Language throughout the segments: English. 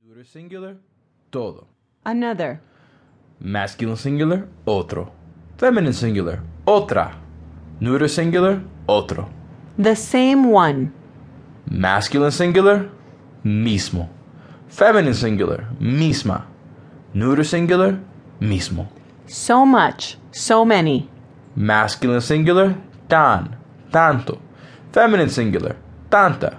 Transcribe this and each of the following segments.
Neuter singular, todo. Another. Masculine singular, otro. Feminine singular, otra. Neuter singular, otro. The same one. Masculine singular, mismo. Feminine singular, misma. Neuter singular, mismo. So much. So many. Masculine singular, tan, tanto. Feminine singular, tanta.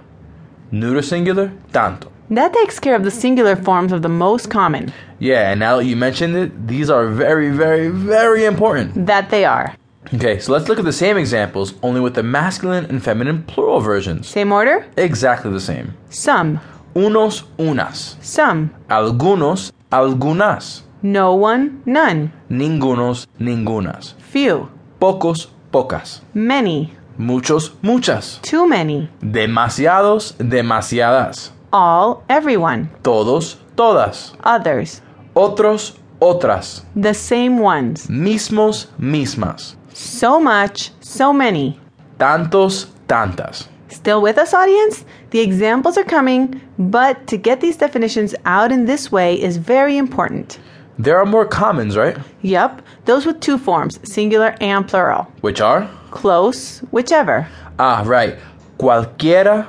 Neuter singular, tanto. That takes care of the singular forms of the most common. Yeah, and now that you mentioned it, these are very, very, very important. That they are. Okay, so let's look at the same examples, only with the masculine and feminine plural versions. Same order? Exactly the same. Some. Unos, unas. Some. Algunos, algunas. No one. None. Ningunos, ningunas. Few. Pocos, pocas. Many. Muchos, muchas. Too many. Demasiados, demasiadas. All. Everyone. Todos, todas. Others. Otros, otras. The same ones. Mismos, mismas. So much. So many. Tantos, tantas. Still with us, audience? The examples are coming, but to get these definitions out in this way is very important. There are more commons, right? Yep, those with two forms, singular and plural. Which are? Close, whichever. Ah, right. Cualquiera,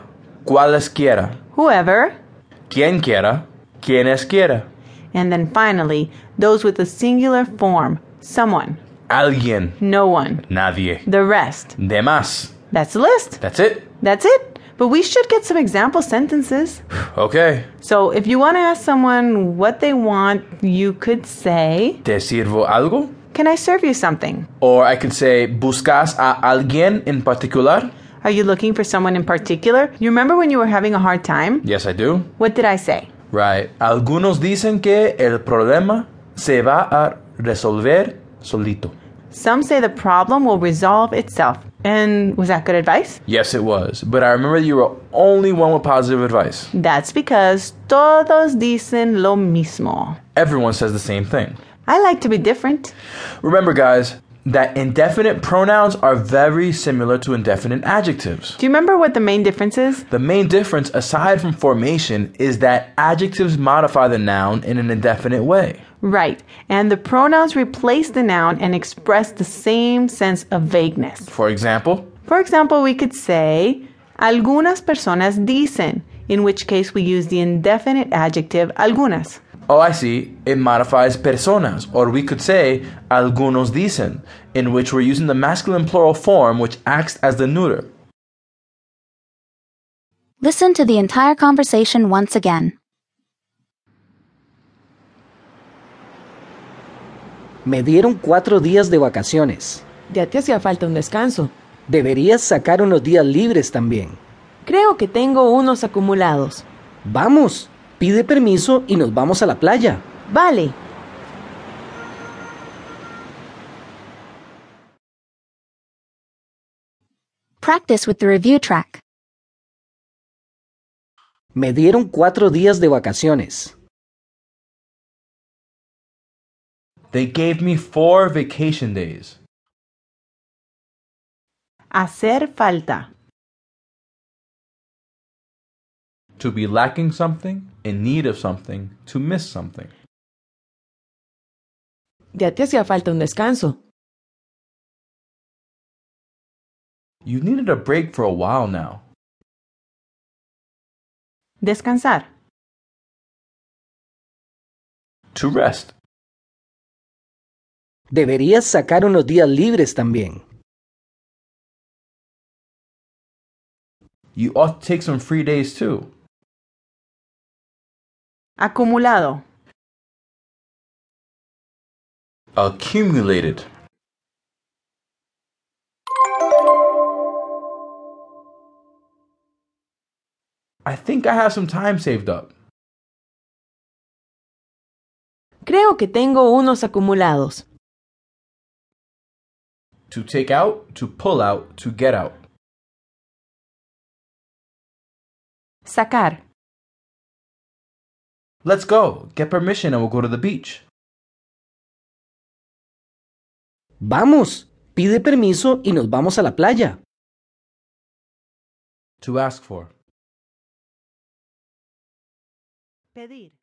cualesquiera. Whoever. Quien quiera, quienes quiera. And then finally, those with a singular form, someone, Alguien, no one, nadie. the rest. Demás. That's the list. That's it. That's it. But we should get some example sentences. Okay. So if you want to ask someone what they want, you could say, ¿Te sirvo algo? Can I serve you something? Or I could say, ¿buscas a alguien en particular? Are you looking for someone in particular? You remember when you were having a hard time? Yes, I do. What did I say? Right. Algunos dicen que el problema se va a resolver solito. Some say the problem will resolve itself. And was that good advice? Yes, it was. But I remember you were only one with positive advice. That's because todos dicen lo mismo. Everyone says the same thing. I like to be different. Remember, guys, that indefinite pronouns are very similar to indefinite adjectives. Do you remember what the main difference is? The main difference, aside from formation, is that adjectives modify the noun in an indefinite way. Right. And the pronouns replace the noun and express the same sense of vagueness. For example, For example, we could say, algunas personas dicen, in which case we use the indefinite adjective algunas. oh, I see, it modifies personas, or we could say algunos dicen, in which we're using the masculine plural form, which acts as the neuter. Listen to the entire conversation once again. Me dieron cuatro días de vacaciones. Ya te hacía falta un descanso. Deberías sacar unos días libres también. Creo que tengo unos acumulados. Vamos, pide permiso y nos vamos a la playa. Vale, Practice with the review track. Me dieron cuatro días de vacaciones. They gave me four vacation days. Hacer falta. To be lacking something, in need of something, to miss something. ya te hacía falta un descanso. You've needed a break for a while now. Descansar. To rest. Deberías sacar unos días libres también. You ought to take some free days too. Acumulado. Accumulated. I think I have some time saved up. Creo que tengo unos acumulados. To take out, to pull out, to get out. Sacar. Let's go. Get permission and we'll go to the beach. Vamos, pide permiso y nos vamos a la playa. To ask for. Pedir.